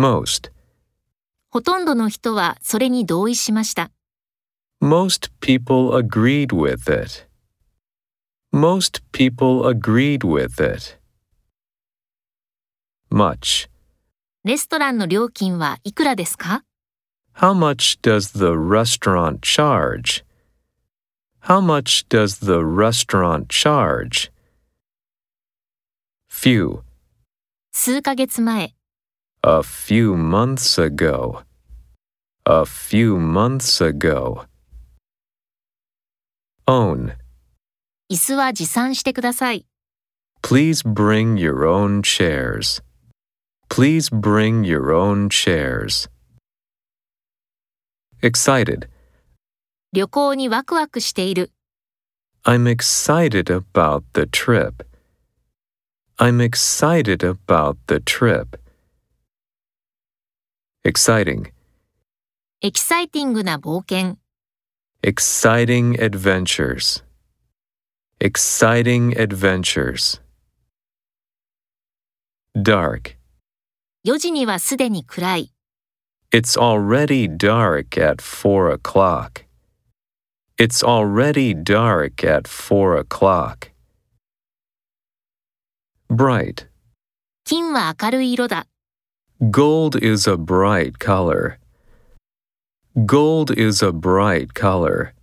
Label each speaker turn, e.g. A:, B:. A: Most.
B: ほとんどの人はそれに同意しました。
A: Most people agreed with it. Most people agreed with it. Much.
B: レストランの料金はいくらですか
A: How much does the restaurant charge? How much does the restaurant charge? Few.
B: 数ヶ月前、
A: A few months ago. A few months ago. Own.
B: 椅子は持参してください。
A: Please bring your own chairs. Please bring your own chairs. Excited.
B: 旅行にワクワクしている。
A: I'm excited about the trip. I'm excited about the trip. Exciting.
B: エキサイティングな冒険。
A: Exciting adventures. Exciting adventures. Dark.
B: 4時にはすでに暗い。
A: It's already dark at four o'clock. It's already dark at four o'clock. Bright.
B: 金は明るい色だ。
A: Gold is a bright color. Gold is a bright color.